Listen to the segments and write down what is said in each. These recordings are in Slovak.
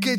Keď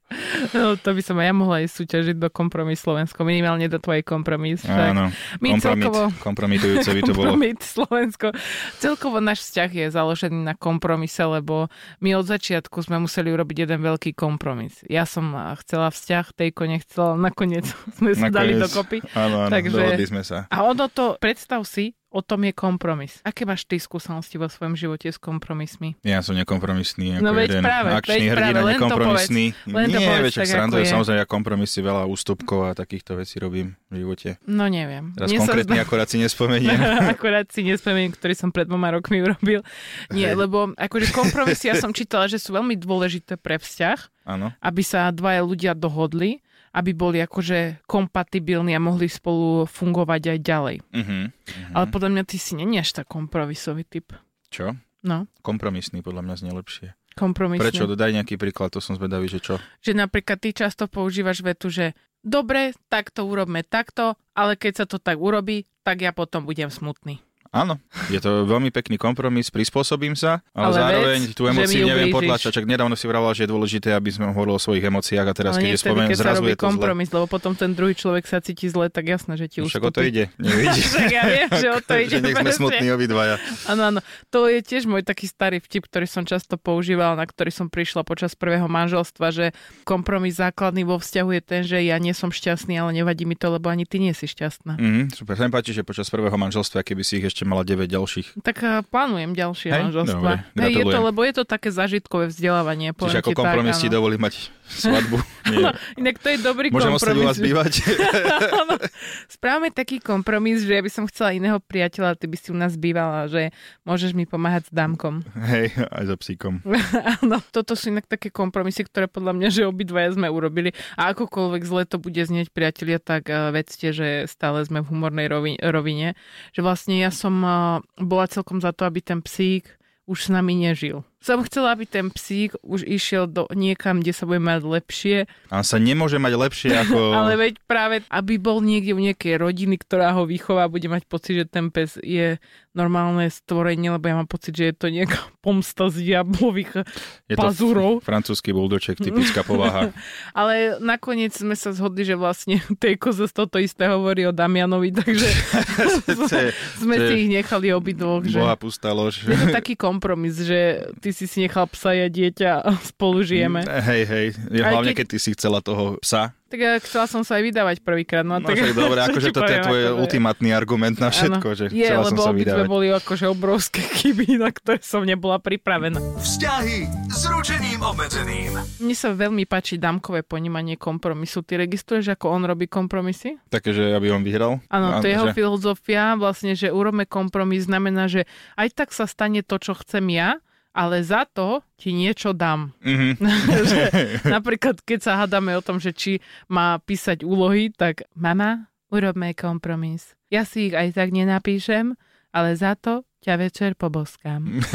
no, to by som aj ja mohla aj súťažiť do kompromis Slovensko. Minimálne do tvojej kompromis. Však. Áno, My celkovo- kompromitujúce by to bolo. Kompromit Slovensko. Celkovo náš vzťah je založený na kompromise, lebo my od začiatku sme museli urobiť jeden veľký kompromis. Ja som eh, chcela vzťah, Tejko nechcela, nakoniec sme sa dali Nakoniec- dokopy. Áno, áno, Takže- dohodli sme sa. A ono to, predstav si, o tom je kompromis. Aké máš ty skúsenosti vo svojom živote s kompromismi? Ja som nekompromisný. Ako No veď jeden práve, akčný veď hrdina, práve, len to nekompromisný. povedz. Len to Nie, povedz veď však tak, ako srandujem. je. Samozrejme, ja kompromisy veľa ústupkov a takýchto vecí robím v živote. No neviem. Teraz Nie som konkrétne zna- akorát si nespomeniem. Akurát si nespomeniem, ktorý som pred dvoma rokmi urobil. Nie, lebo akože kompromisy ja som čítala, že sú veľmi dôležité pre vzťah, Áno. aby sa dvaja ľudia dohodli, aby boli akože kompatibilní a mohli spolu fungovať aj ďalej. Mhm. Ale podľa mňa ty si není až tak kompromisový typ. Čo? No, Kompromisný podľa mňa znie lepšie. kompromisný. Prečo? Dodaj nejaký príklad, to som zvedavý, že čo? že napríklad ty často používaš vetu, že dobre, tak to urobme takto, ale keď sa to tak urobí, tak ja potom budem smutný. Áno, je to veľmi pekný kompromis, prispôsobím sa, Ale ale, zároveň vec, tú že mi emóciu neviem ublížiš. potlačať. Čak nedávno si vravala, že je dôležité, aby sme hovorili o svojich emóciách a teraz, ale keď je nie vtedy, spomeniem, keď sa zrazu robí je to zle. kompromis, lebo potom ten druhý človek sa cíti zle, tak jasné, že ti už No Však o to ide, nevidíš? Však ja viem, že o to ide. že nech sme presne. smutní obidvaja. Áno, áno. To je tiež môj taký starý vtip, ktorý som často používala, na ktorý som prišla počas prvého manželstva, že kompromis základný vo vzťahu je ten, že ja nie som šťastný, ale nevadí mi to, lebo ani ty nie si šťastná. Mhm, super, sa mi páči, že počas prvého manželstva, keby si ich ešte ešte mala 9 ďalších. Tak eh, plánujem ďalšie Hej, manželstva. Hej, dobre, je to, gratulujem. lebo je to také zažitkové vzdelávanie. poviem Čiže ako ti kompromis tak, ti áno. No, dovolí mať svadbu. Nie. Inak to je dobrý Môžem ostať u kompromis. vás bývať. Áno. Správame taký kompromis, že ja by som chcela iného priateľa, ty by si u nás bývala, že môžeš mi pomáhať s dámkom. Hej, aj so psíkom. Áno, No, toto sú inak také kompromisy, ktoré podľa mňa, že obidvaja sme urobili. A akokoľvek zle to bude znieť, priatelia, tak eh, vedzte, že stále sme v humornej rovi- rovine. Že vlastne ja som eh, bola celkom za to, aby ten psík už s nami nežil. Som chcela, aby ten psík už išiel do niekam, kde sa bude mať lepšie, A sa nemôže mať lepšie ako... ale veď práve, aby bol niekde u nejakej rodiny, ktorá ho vychová, bude mať pocit, že ten pes je normálne stvorenie, lebo ja mám pocit, že je to nejaká pomsta z diablových Je to pazurov. fr- francúzsky buldoček, No. typická povaha. Ale nakoniec sme sa zhodli, že vlastne tej koze toto isté hovorí o Damianovi, takže to je, sme to je- si ich nechali obidvoch. Že... boha pustá lož. Je to taký kompromis, že ty si si nechal psa, ja dieťa a spolu žijeme. Hej, hej. Ja, Aj hlavne, keď- keď ty si chcela toho psa. Tak ja chcela som sa aj vydávať prvýkrát. No, a No tak, však dobre, čo akože ti toto je poviem, tvoj akože- ultimátny argument na všetko, Áno. že Je, chcela som lebo sa obidve vydávať. boli akože obrovské chyby, na ktoré som nebola pripravená. Vzťahy s ručením obmedzeným. Mne sa veľmi páči dámkové ponímanie kompromisu. Ty registruješ, ako on robí kompromisy? Také, že aby on vyhral. Áno, to je jeho No, že- filozofia, vlastne, že urobme kompromis, znamená, že aj tak sa stane to, čo chcem ja, ale za to ti niečo dám. Mhm. Že napríklad, keď sa hádame o tom, že či má písať úlohy, tak mama, urobme kompromis. Ja si ich aj tak nenapíšem, ale za to ťa večer poboskám.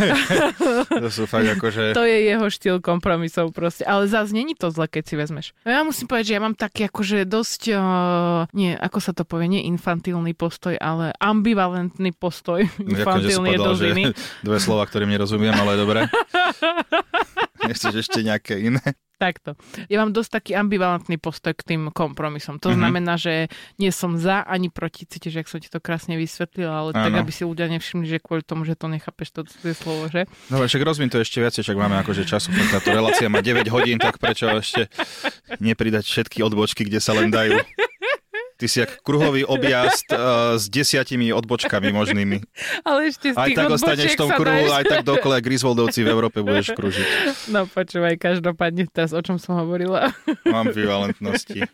To sú fakt akože... To je jeho štýl kompromisov proste. Ale zás není to zle, keď si vezmeš. No Ja musím povedať, že ja mám taký akože dosť, uh, nie, ako sa to povie, nie infantilný postoj, ale ambivalentný postoj. Ďakujem, že si Infantilný je povedal, dosť že iný. dve slova, ktorým nerozumiem, ale dobre. Nechceš ešte nejaké iné? Takto. Ja mám dosť taký ambivalentný postoj k tým kompromisom. To Mhm. znamená, že nie som za ani proti, cítiš, ak som ti to krásne vysvetlila, ale tak, Áno. aby si ľudia nevšimli, že kvôli tomu, že to nechápeš, to cudzie slovo, že? No však rozvím to ešte viacej, však máme akože času, tak táto relácia má 9 hodín, tak prečo ešte nepridať všetky odbočky, kde sa len dajú. Ty si jak kruhový objazd uh, s desiatimi odbočkami možnými. Ale ešte z Aj tých tak ostaneš odbočiek v tom sa kruhu, dáš- aj tak dokole Griswoldovci v Európe budeš kružiť. No počúvaj, každopádne teraz, o čom som hovorila. Mám ambivalentnosti.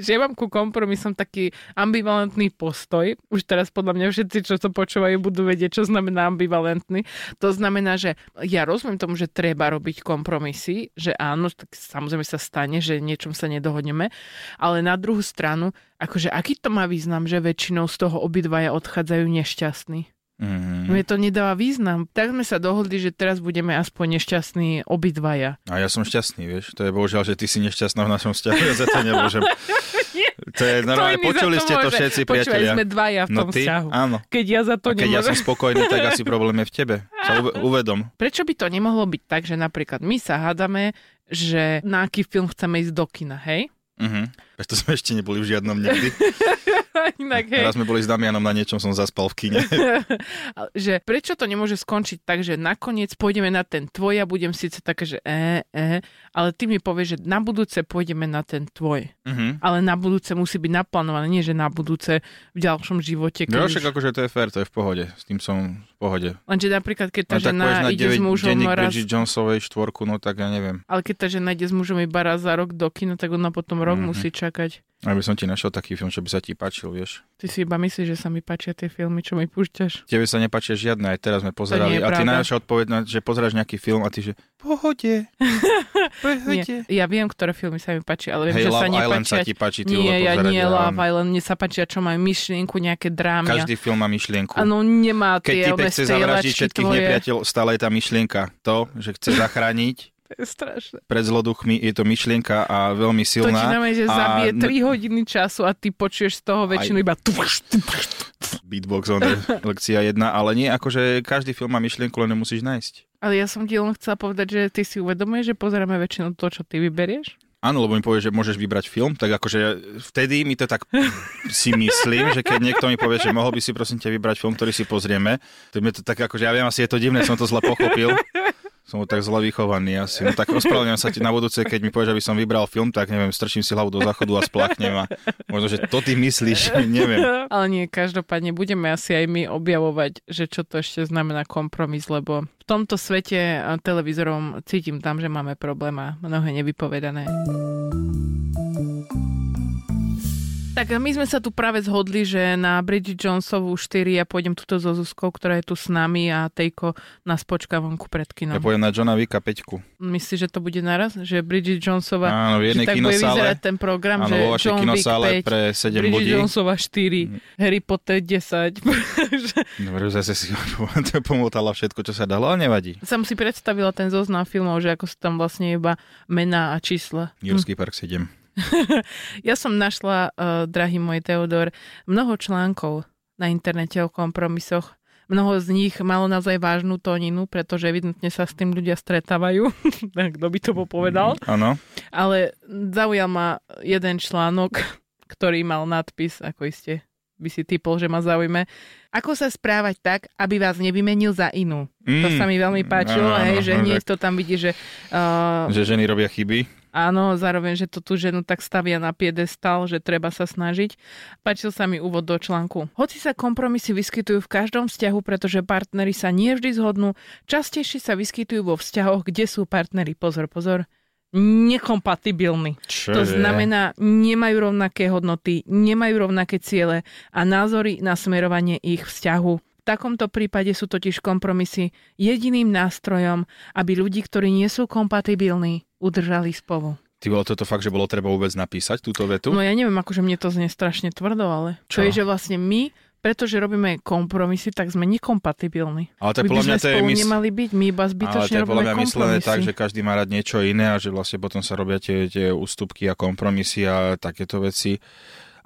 že ja mám ku kompromisom taký ambivalentný postoj. Už teraz podľa mňa všetci, čo to počúvajú, budú vedieť, čo znamená ambivalentný. To znamená, že ja rozumiem tomu, že treba robiť kompromisy, že áno, tak samozrejme sa stane, že niečom sa nedohodneme, ale na druhú stranu, akože aký to má význam, že väčšinou z toho obidvaja odchádzajú nešťastní. Mhm. Mne to nedáva význam. Tak sme sa dohodli, že teraz budeme aspoň nešťastní obidvaja. A ja som šťastný, vieš. To je bohužiaľ, že ty si nešťastná v našom vzťahu, ja za to nemôžem. To je Kto iný za normálne, No, počuli ste to môže? všetci, Počúvaj, priatelia. sme dvaja v No tom ty, vzťahu. áno. Keď ja za to A keď ja nemôžem. som spokojný, tak asi problém je v tebe. Sa uve- uvedom. Prečo by to nemohlo byť tak, že napríklad my sa hádame, že na aký film chceme ísť do kina, hej? Mhm. Preto sme ešte neboli v žiadnom nikdy. Inak, hej. Raz sme boli s Damianom na niečom, som zaspal v kine. Ale Že prečo to nemôže skončiť tak, že nakoniec pôjdeme na ten tvoj a budem síce také, že e, e, ale ty mi povieš, že na budúce pôjdeme na ten tvoj. Mhm. Ale na budúce musí byť naplánované, nie že na budúce v ďalšom živote. keď No už- však akože to je fér, to je v pohode. S tým som v pohode. Lenže napríklad, keď tá No tak povieš žena na ide s 9 mužom denník raz... Bridget Jonesovej štvorku, no tak ja neviem. Ale keď tá žena ide s mužom iba raz za rok do kina, tak ona potom rok Mhm. musí čakať. Aby som ti našiel taký film, čo by sa ti páčil, vieš. Ty si iba myslíš, že sa mi páčia tie filmy, čo mi púšťaš. Tebe sa nepáčia žiadne, aj teraz nie sme pozerali. je A ty pravda. naša odpoveď, na, že pozeráš nejaký film a ty, že pohode, pohode. Ja viem, ktoré filmy sa mi páčia, ale viem, Hej, že sa Love Island nepáčia. sa ti páči, ty nie, vole, ja pozerať, nie ja Love mám- Island. Mne sa páčia, čo majú myšlienku, nejaké drámy. Každý film má myšlienku. Áno, nemá Keď tie ty one chce zavraždiť strieľačky všetkých tvoje. nepriateľov, stále je tá myšlienka. To, že chce zachrániť To je strašné. pred zloduchmi, je to myšlienka a veľmi To ti silná. znamená, že a- zabije 3 hodiny času a ty počuješ z toho väčšinu iba... tuš, tuš, tuš. Beatbox on the- lekcia jedna, ale nie, akože každý film má myšlienku, len ju musíš nájsť. Ale ja som ti len chcela povedať, že ty si uvedomuješ, že pozeráme väčšinu to, čo ty vyberieš? Áno, lebo mi povie, že môžeš vybrať film, tak akože vtedy mi to tak si myslím, že keď niekto mi povie, že mohol by si prosím ťa vybrať film, ktorý si pozrieme, to mi to tak akože, ja viem, asi je to divné, som to zle pochopil. Som tak zle vychovaný asi. No tak ospravedlňujem sa ti na budúce, keď mi povieš, aby som vybral film, tak neviem, strčím si hlavu do záchodu a splaknem a možno, že to ty myslíš, neviem. Ale nie, každopádne budeme asi aj my objavovať, že čo to ešte znamená kompromis, lebo v tomto svete a, televízorom cítim tam, že máme problém a mnohé nevypovedané. Tak a my sme sa tu práve zhodli, že na Bridget Jonesovú 4 ja pôjdem tuto so Zuzkou, ktorá je tu s nami a Tejko nás počká vonku pred Ja kinom. poviem na Johna Vicka 5. Myslíš, že to bude naraz? Že Bridget Jonesová... Áno, v Že jednej tak bude kinosále. vyzerať ten program, Áno, že vo vašej John Wick kinosále 5, pre 7 Bridget ľudí. Jonesová 4, Harry Potter 10. Že- Dobre, zase si pomotala všetko, čo sa dalo, ale nevadí. Som si predstavila ten zoznam filmov, že ako sú tam vlastne iba mená a čísla. Jurský park 7. Ja som našla, uh, drahý môj Teodor, mnoho článkov na internete o kompromisoch. Mnoho z nich malo naozaj vážnu tóninu, pretože evidentne sa s tým ľudia stretávajú. tak kto by to bol povedal? Áno. Ale zaujal ma jeden článok, ktorý mal nadpis, ako iste by si typol, že ma zaujme. Ako sa správať tak, aby vás nevymenil za inú? Mm. To sa mi veľmi páčilo, áno, hej, že áno, hneď tak. to tam vidí, že uh, Že ženy robia chyby. áno, zároveň, že to tú ženu tak stavia na piedestal, že treba sa snažiť. Páčil sa mi úvod do článku. Hoci sa kompromisy vyskytujú v každom vzťahu, pretože partnery sa nie vždy zhodnú, častejšie sa vyskytujú vo vzťahoch, kde sú partnery, pozor, pozor, nekompatibilní. Čo To znamená, nemajú rovnaké hodnoty, nemajú rovnaké ciele a názory na smerovanie ich vzťahu. V takomto prípade sú totiž kompromisy jediným nástrojom, aby ľudí, ktorí nie sú kompatibilní, udržali spolu. Ty bolo toto fakt, že bolo treba vôbec napísať túto vetu? No ja neviem, akože mne to znie strašne tvrdo, ale to Čo? je, že vlastne my, pretože robíme kompromisy, tak sme nekompatibilní. ale to je My by podľa sme mňa to je spolu mys- nemali byť, my iba ale zbytočne to je podľa robíme mňa myslené kompromisy. tak, že každý má rád niečo iné a že vlastne potom sa robia tie, tie ústupky a kompromisy a takéto veci.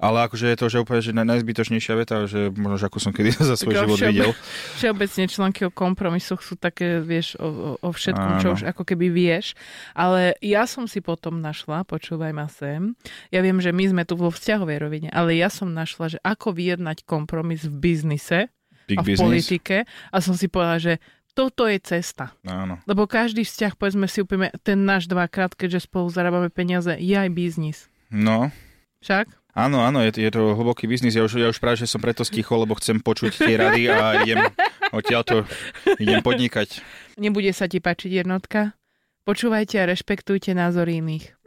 Ale akože je to, že úplne že naj- najzbytočnejšia veta, že možno, že ako som kedy za svoj Tak život všeobe- videl. Všeobecne články o kompromisoch sú také, vieš, o, o, o všetkom, čo Áno. už ako keby vieš. Ale ja som si potom našla, počúvaj ma sem, ja viem, že my sme tu vo vzťahovej rovine, ale ja som našla, že ako vyjednať kompromis v biznise Big a v business. politike a som si povedala, že toto je cesta. Áno. Lebo každý vzťah, povedzme si úplne, ten náš dvakrát, keďže spolu zarábame peniaze, je aj biznis. No, Však? Áno, áno, je to, je to hlboký biznis. Ja už, ja už práve, že som preto stichol, lebo chcem počuť tie rady a idem odtiaľto, idem podnikať. Nebude sa ti páčiť jednotka? Počúvajte a rešpektujte názory iných.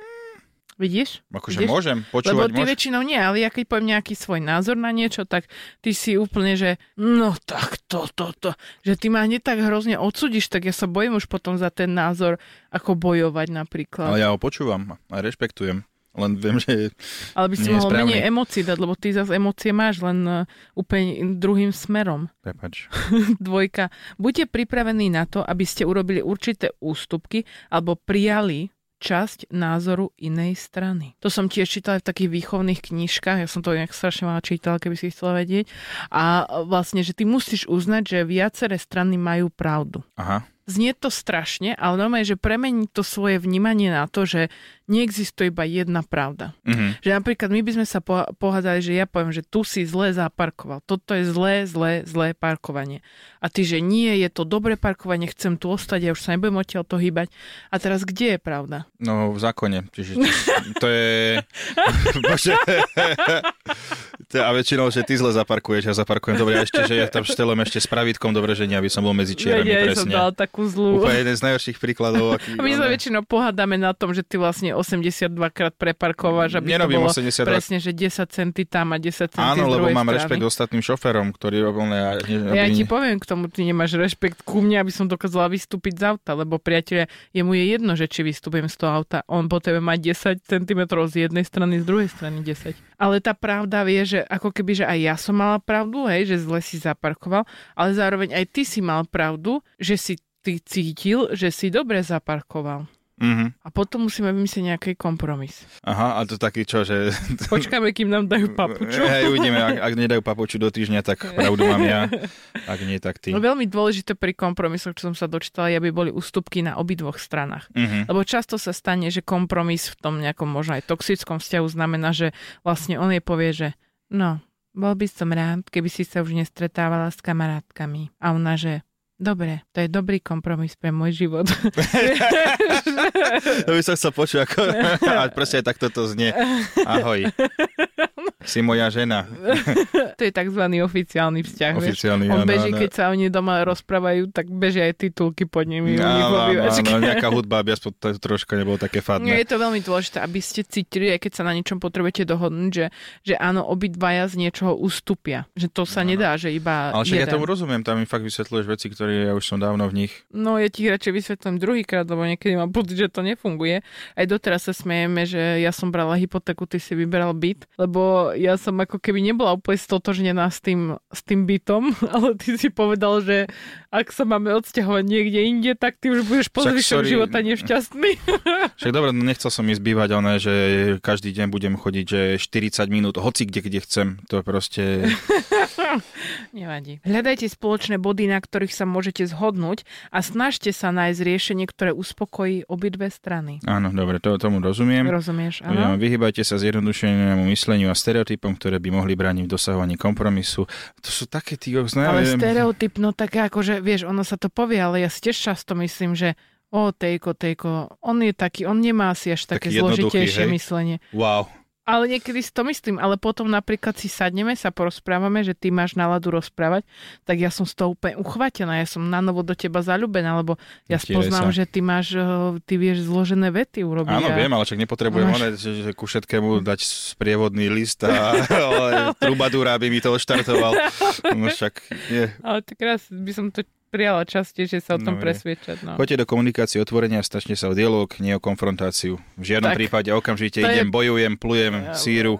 Vidíš? Akože Ideš? môžem, Lebo počúvať ty môžem. väčšinou nie, ale ja keď poviem nejaký svoj názor na niečo, tak ty si úplne, že no tak to, to, to, že ty ma hneď tak hrozne odsudíš, tak ja sa bojím už potom za ten názor, ako bojovať napríklad. Ale Ale, ja ho počúvam a rešpektujem. Len viem, že... ale by si nie je mohol správny. menej emócií dať, lebo ty zase emócie máš len eh, úplne druhým smerom. Prepač. Dvojka. Buďte pripravení na to, aby ste urobili určité ústupky alebo prijali časť názoru inej strany. To som tiež čítala v takých výchovných knižkách, ja som to nejak strašne mala čítala, keby si chcela vedieť. A vlastne, že ty musíš uznať, že viaceré strany majú pravdu. Aha. Znie to strašne, ale normálne, že premení to svoje vnímanie na to, že neexistuje iba jedna pravda. Mhm. Že napríklad my by sme sa poha- pohádali, že ja poviem, že tu si zle zaparkoval. Toto je zlé, zlé, zlé parkovanie. A ty, že nie, je to dobré parkovanie, chcem tu ostať, ja už sa nebudem odtiaľ to hýbať. A teraz kde je pravda? No, v zákone. Čiže to je... Bože. To je- a väčšinou, že ty zle zaparkuješ, ja zaparkujem. Dobre, a ešte, že ja tam štelem ešte s pravidkom do vreženia, aby som bol medzi čierami, ja som presne. dala takú zlú. Úplne jeden z najhorších príkladov. Aký, A my sa ale- väčšinou pohádame na tom, že ty vlastne 82 krát preparkováš, aby to Nerobím bolo 82 presne, že 10 centy tam a 10 centy Áno, z lebo druhej mám strany. rešpekt ostatným šoferom, ktorí robia... Ja ti poviem k tomu, ty nemáš rešpekt ku mne, aby som dokázala vystúpiť z auta, lebo priateľe, jemu je jedno, že či vystúpim z toho auta. On po tebe má 10 cm z jednej strany, z druhej strany 10. Ale tá pravda vie, že ako keby, že aj ja som mala pravdu, hej, že zle si zaparkoval, ale zároveň aj ty si mal pravdu, že si ty cítil, že si dobre zaparkoval. Mhm. A potom musíme vymyslieť nejaký kompromis. Aha, a to taký čo, že... Počkáme, kým nám dajú papuču. Hej, uvidíme, ak, ak nedajú papuču do týždňa, tak pravdu mám ja. Ak nie, tak ty. No veľmi dôležité pri kompromisoch, čo som sa dočítala, je, aby boli ústupky na obidvoch stranách. Mhm. Lebo často sa stane, že kompromis v tom nejakom možno aj toxickom vzťahu znamená, že vlastne on jej povie, že no, bol by som rád, keby si sa už nestretávala s kamarátkami. A ona, že Dobre, to je dobrý kompromis pre môj život. To by som chcel počuť, ako... A proste aj takto to znie. Ahoj. Si moja žena. to je tzv. oficiálny vzťah. vieš. Oficiálny, On áno, beží, áno. keď sa oni doma rozprávajú, tak beží aj titulky pod nimi. u nich vo Áno, áno, obývačke. áno, nejaká hudba, aby aspoň to troška nebolo také Nie, fadné. je to veľmi dôležité, aby ste cítili, aj keď sa na niečom potrebujete dohodnúť, že, že áno, obidvaja z niečoho ustúpia. Že to sa nedá, že iba Ale však ja jeden. tomu rozumiem, tam mi fakt vysvetľuješ veci, ktoré ja už som dávno v nich. No ja ti ich radšej vysvetlím druhýkrát, lebo niekedy mám pocit, že to nefunguje. Aj doteraz sa smejeme, že ja som brala hypotéku, ty si vyberal byt, lebo ja som ako keby nebola úplne stotožnená s tým, s tým bytom, ale ty si povedal, že ak sa máme odsťahovať niekde inde, tak ty už budeš po Však, zvyšok sorry. života nešťastný. Však dobre, no nechcel som ísť bývať, ale že každý deň budem chodiť, že 40 minút, hoci kde, kde chcem, to proste... Nevadí. Hľadajte spoločné body, na ktorých sa môžete zhodnúť a snažte sa nájsť riešenie, ktoré uspokojí obidve strany. Áno, dobre, to, tomu rozumiem. Rozumieš, Hm. áno? Ja, vyhybajte sa zjednodušenému mysleniu a stereotypom, ktoré by mohli brániť v dosahovaní kompromisu. To sú také tí, oh, Ale neviem, stereotyp, no tak akože, vieš, ono sa to povie, ale ja si tiež často myslím, že o, Tejko, Tejko, on je taký, on nemá asi až také Taký jednoduchý, zložitejšie hej? myslenie. wow. Ale niekedy si to myslím, ale potom napríklad si sadneme, sa porozprávame, že ty máš náladu rozprávať, tak ja som z toho úplne uchvatená, ja som na novo do teba zalúbená, lebo ja Tiež spoznám, sa. že ty máš, eh, ty vieš zložené vety urobiť. a- Áno, viem, ale však nepotrebujem Máš- one, že, že ku všetkému dať sprievodný list a ale trubadúra by mi to odštartoval. No však nie. Ale tak raz by som to prijala častejšie sa o tom Dobre. presviečať. No. Choďte do komunikácie otvorenia, stačne sa o dialog, nie o konfrontáciu. V žiadnom Tak. prípade okamžite To je- idem, bojujem, plujem, síru,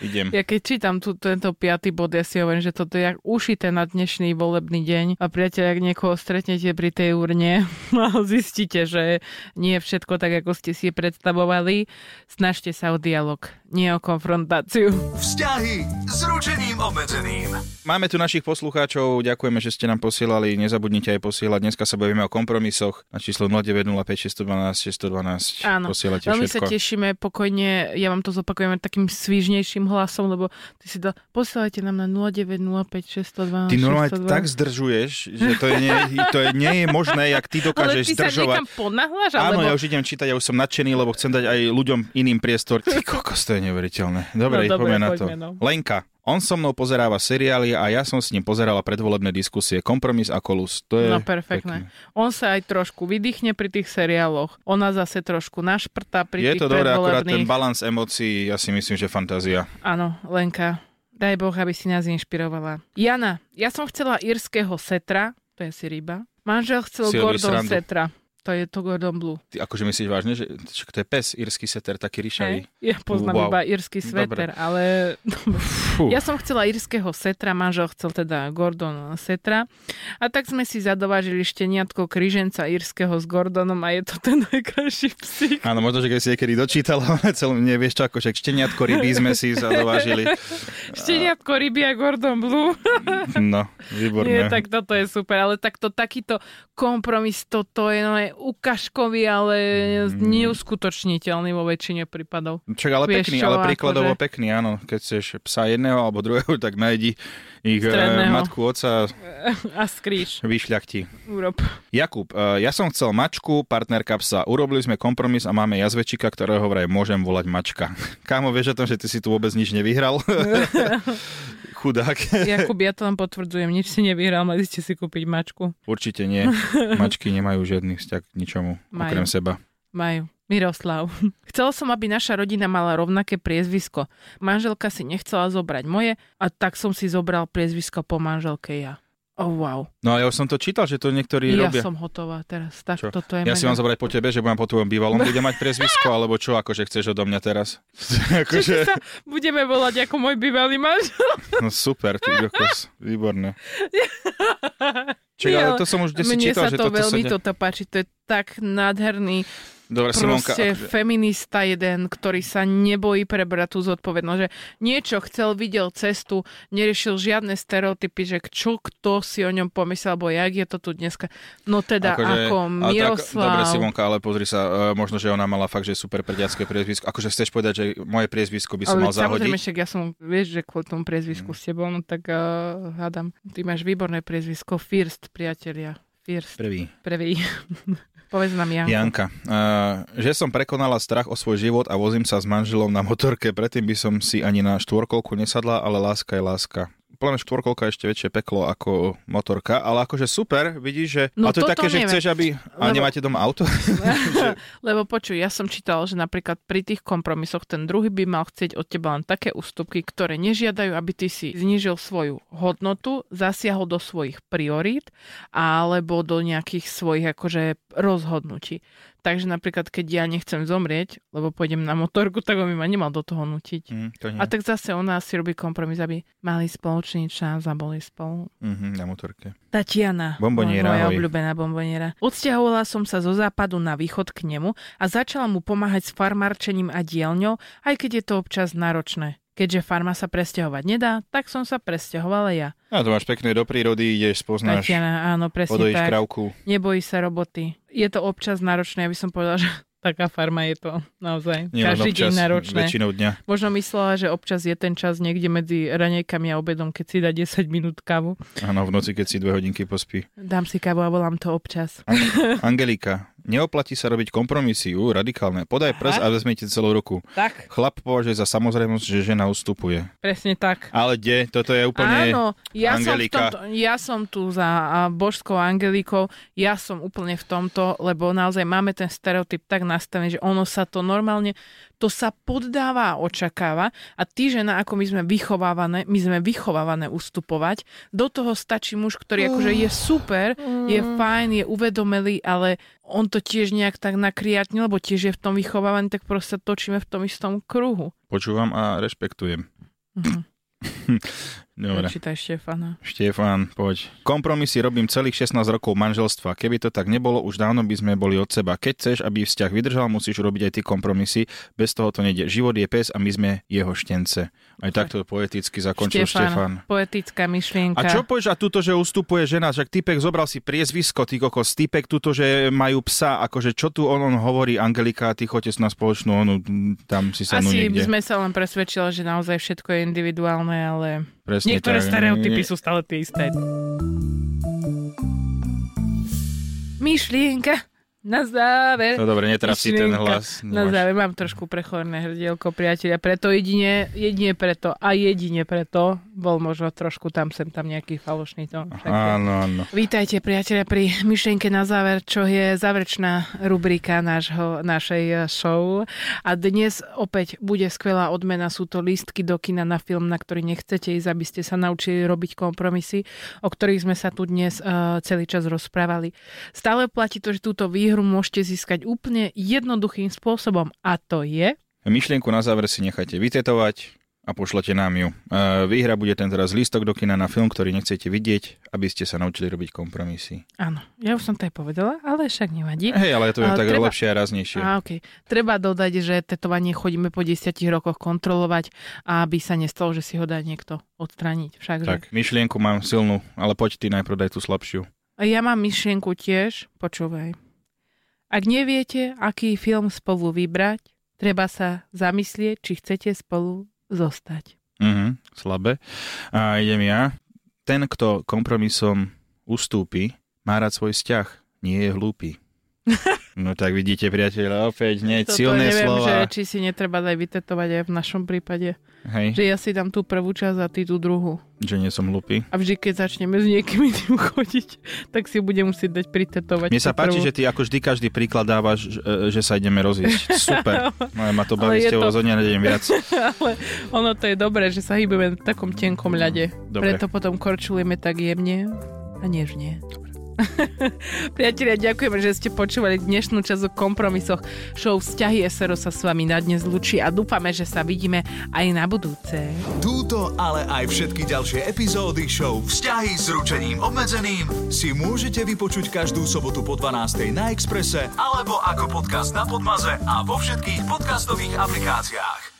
idem. Ja keď čítam tu, tento piatý bod, ja si hovorím, že toto je jak ušité na dnešný volebný deň a priateľ, ak niekoho stretnete pri tej urne a zistíte, že nie je všetko tak, ako ste si predstavovali, snažte sa o dialog, nie o konfrontáciu. Vzťahy s ručením obmedzeným. Máme tu našich poslucháčov, ďakujeme, že ste nám posielali, nezabudnite aj posielať. Dneska sa bavíme o kompromisoch na číslo 0905 612 612. Áno, Posielate Veľmi sa všetko. tešíme, pokojne, ja vám to zopakujem takým svižnejším hlasom, lebo ty si dal, posielajte nám na 0905 612 Ty normálne 612. tak zdržuješ, že to je, nie, to je, nie je možné, jak ty ale dokážeš ty sa zdržovať. niekam ponahláš, Áno, alebo... ja už idem čítať, ja už som nadšený, lebo chcem dať aj ľuďom iným priestor. Ty kokos, to je neuveriteľné. Dobre, No, dobre, poďme na to. poďme, no. Lenka, on so mnou pozeráva seriály a ja som s ním pozerala predvolebné diskusie Kompromis a Kolus. To je No perfektné. pekné. On sa aj trošku vydýchne pri tých seriáloch. Ona zase trošku našprta pri Je tých to dobré, akurát predvolebných. ten balans emócií, ja si myslím, že fantázia. Áno, Lenka, daj Boh, aby si nás inšpirovala. Jana, ja som chcela írskeho setra, to je si ryba. Manžel chcel Silvio Gordon Srandu. setra. To je to Gordon Blue. Ty akože myslíš vážne, že však to je pes, írsky seter, taký ryšavý. Hej? Ja poznám Wow. iba írsky sveter, ale... Fú. Ja som chcela írskeho setra, manžel chcel teda Gordon setra. A tak sme si zadovážili šteniatko kryženca írskeho s Gordonom a je to ten najkrajší psík. Áno, možno, že keď si niekedy dočítala, ale celú nevieš čo, akože šteniatko ryby sme si zadovážili. Šteniatko, ryby a Gordon Blue. No, Nie, výborné. tak toto je super, ale takto, takýto kompromis, toto je, no, je ukážkový, ale Mm. neuskutočniteľný vo väčšine prípadov. Však ale Vieš pekný, čo, ale akože- príkladovo pekný, áno. Keď chceš psa jedného alebo druhého, tak nájdi ich e, Stredného. matku, oca, A skríš, vyšľachti. urob. Jakub, e, ja som chcel mačku, partnerka psa. Urobili sme kompromis a máme jazvečika, ktorého vraj môžem volať mačka. Kámo, vieš o tom, že ty si tu vôbec nič nevyhral? Chudák. Jakub, ja to len potvrdzujem, nič si nevyhral, mali ste si kúpiť mačku. Určite nie. Mačky nemajú žiadny vzťah k ničomu, Majú. okrem seba. Majú. Miroslav. Chcel som, aby naša rodina mala rovnaké priezvisko. Manželka si nechcela zobrať moje a tak som si zobral priezvisko po manželke ja. Oh wow. No a ja už som to čítal, že to niektorí Ja robia. som hotová teraz. Tak Čo? toto je ja si mega. mám zobrať po tebe, že budem po tvojom bývalom, bude mať prezvisko, alebo čo, akože chceš odo mňa teraz? Čiže akože, sa budeme volať ako môj bývalý manžel. no super, ty kokos, výborné. Čiže, Nie, ale ale to som už kde si Mne čítal, sa že to toto sa... veľmi de- toto páči, to je tak nádherný Dobre, Simonka. akože- proste feminista jeden, ktorý sa nebojí prebrať tú zodpovednosť, že niečo chcel, videl cestu, neriešil žiadne stereotypy, že čo kto si o ňom pomyslel, alebo jak je to tu dneska. No teda akože, ako ale tak- Miroslav. Dobre, Simonka, ale pozri sa, e, možno, že ona mala fakt, že super prediacké priezvisko. Akože chceš povedať, že moje priezvisko by som ale mal samozrejme, zahodiť? však ja som, vieš, že kvôli tomu Mm. priezvisku s tebou, no tak uh, hádam. Ty máš výborné priezvisko First, priatelia. First, Prvý. prvý. Povedz nám ja. Janka, uh, že som prekonala strach o svoj život a vozím sa s manželom na motorke, predtým by som si ani na štvorkolku nesadla, ale láska je láska. Podľa mňa štvorkolka je ešte väčšie peklo ako motorka, ale akože super, vidíš, že... No a to je toto také, že neviem. chceš, aby... A Lebo- nemáte doma auto? Lebo počuj, ja som čítal, že napríklad pri tých kompromisoch ten druhý by mal chcieť od teba len také ústupky, ktoré nežiadajú, aby ty si znížil svoju hodnotu, zasiahol do svojich priorít alebo do nejakých svojich akože rozhodnutí. Takže napríklad, keď ja nechcem zomrieť, lebo pôjdem na motorku, tak on by ma nemal do toho nutiť. Hm, to nie. A tak zase ona si robí kompromis, aby mali spoločný čas a boli spolu. Mhm, na motorke. Tatiana, Bomboniera, moja ahoj. obľúbená bomboniera. Odsťahovala som sa zo západu na východ k nemu a začala mu pomáhať s farmárčením a dielňou, aj keď je to občas náročné. Keďže farma sa presťahovať nedá, tak som sa presťahovala ja. No to máš pekné do prírody, ideš, spoznáš, Tatiana, áno, presne podojíš tak. kravku. Nebojí sa roboty. Je to občas náročné, aby som povedala, že taká farma je to naozaj. Nie, len Každý deň občas, náročné. Väčšinou dňa. Možno myslela, že občas je ten čas niekde medzi ranejkami a obedom, keď si dá 10 minút kávu. Áno, v noci, keď si dve hodinky pospí. Dám si kávu a volám to občas. An- Angelika, neoplatí sa robiť kompromisy, ú, radikálne. Podaj prs a vezmite celú ruku. Tak, Chlap považuje za samozrejmosť, že žena ustupuje. presne tak. Ale kde? Toto je úplne... Áno, ja Angelika. som, v tomto, ja som tu za a, božskou Angelikou, ja som úplne v tomto, lebo naozaj máme ten stereotyp tak nastavený, že ono sa to normálne, to sa poddáva a očakáva a ty žena, ako my sme vychovávané, my sme vychovávané ustupovať, do toho stačí muž, Mm. ktorý akože je super, je fajn, je uvedomelý, ale on to tiež nejak tak nakriatne, lebo tiež je v tom vychovávaný, tak proste točíme v tom istom kruhu. Počúvam a rešpektujem. Mhm. Dobre. Čítaj Štefana. Štefan, poď. Kompromisy robím celých 16 rokov manželstva. Keby to tak nebolo, už dávno by sme boli od seba. Keď chceš, aby vzťah vydržal, musíš robiť aj ty kompromisy. Bez toho to nejde. Život je pes a my sme jeho štence. Aj takto poeticky zakončil Štefan. Poetická myšlienka. A čo povieš a tuto, že ustupuje žena, že typek zobral si priezvisko, ty kokos, typek tuto, že majú psa, akože čo tu on, on hovorí, Angelika, ty chodte na spoločnú, onu, mm, tam si sa nu Asi niekde. sme sa len presvedčili, že naozaj všetko je individuálne, ale Presne niektoré tak. stereotypy sú stále tie isté. Myšlienka na záver. No dobre, netraf si ten Myšlienka hlas. Na nemáš. záver mám trošku prechorné hrdielko, priatelia, preto jedine, jedine preto a jedine preto bol možno trošku tam sem tam nejaký falošný tón. však je. Áno, áno. Vítajte priatelia pri myšlienke na záver, čo je záverečná rubrika nášho, našej eh, show. A dnes opäť bude skvelá odmena, sú to lístky do kina na film, na ktorý nechcete ísť, aby ste sa naučili robiť kompromisy, o ktorých sme sa tu dnes eh, celý čas rozprávali. Stále platí to, že túto výhru môžete získať úplne jednoduchým spôsobom a to je... Myšlienku na záver si nechajte vytetovať a pošlete nám ju. Eh, Výhra bude ten teraz lístok do kina na film, ktorý nechcete vidieť, aby ste sa naučili robiť kompromisy. Áno, ja už som to aj povedala, ale však nevadí. Hej, ale to je Ale tak treba- lepšie a raznejšie. A, okay. Treba dodať, že tetovanie chodíme po 10 rokoch kontrolovať, aby sa nestalo, že si ho dá niekto odstrániť. Však, že? Tak, myšlienku mám silnú, ale poď ty najprv daj tú slabšiu. A Ja mám myšlienku tiež, počúvaj. Ak neviete, aký film spolu vybrať, treba sa zamyslieť, či chcete spolu zostať. Mhm, slabé. A idem ja. Ten, kto kompromisom ustúpi, má rád svoj vzťah, nie je hlúpy. No tak vidíte, priateľe, opäť nie, Toto silné neviem, že slova. či si netreba aj vytetovať aj v našom prípade. Hej, Že ja si dám tú prvú časť a ty tú druhú. že nie som hlúpy. A vždy, keď začneme s niekým iným chodiť, tak si budem musieť dať pritetovať. Mne sa tú páči, prvú. že ty ako vždy každý príklad dávaš, že- e, že sa ideme rozísť. Super. No, ma to Ale baví je s tebou to- zo dňa na deň viac. Ale ono to je dobré, že sa hýbeme v takom tenkom ľade. Dobre. Preto potom korčulujeme tak jemne a nežne. Priatelia, ďakujeme, že ste počúvali dnešnú časť o kompromisoch. Show Vzťahy SRO sa s vami na dnes zlučí a dúfame, že sa vidíme aj na budúce. Túto, ale aj všetky ďalšie epizódy show Vzťahy s ručením obmedzeným si môžete vypočuť každú sobotu po 12. na Exprese alebo ako podcast na Podmaze a vo všetkých podcastových aplikáciách.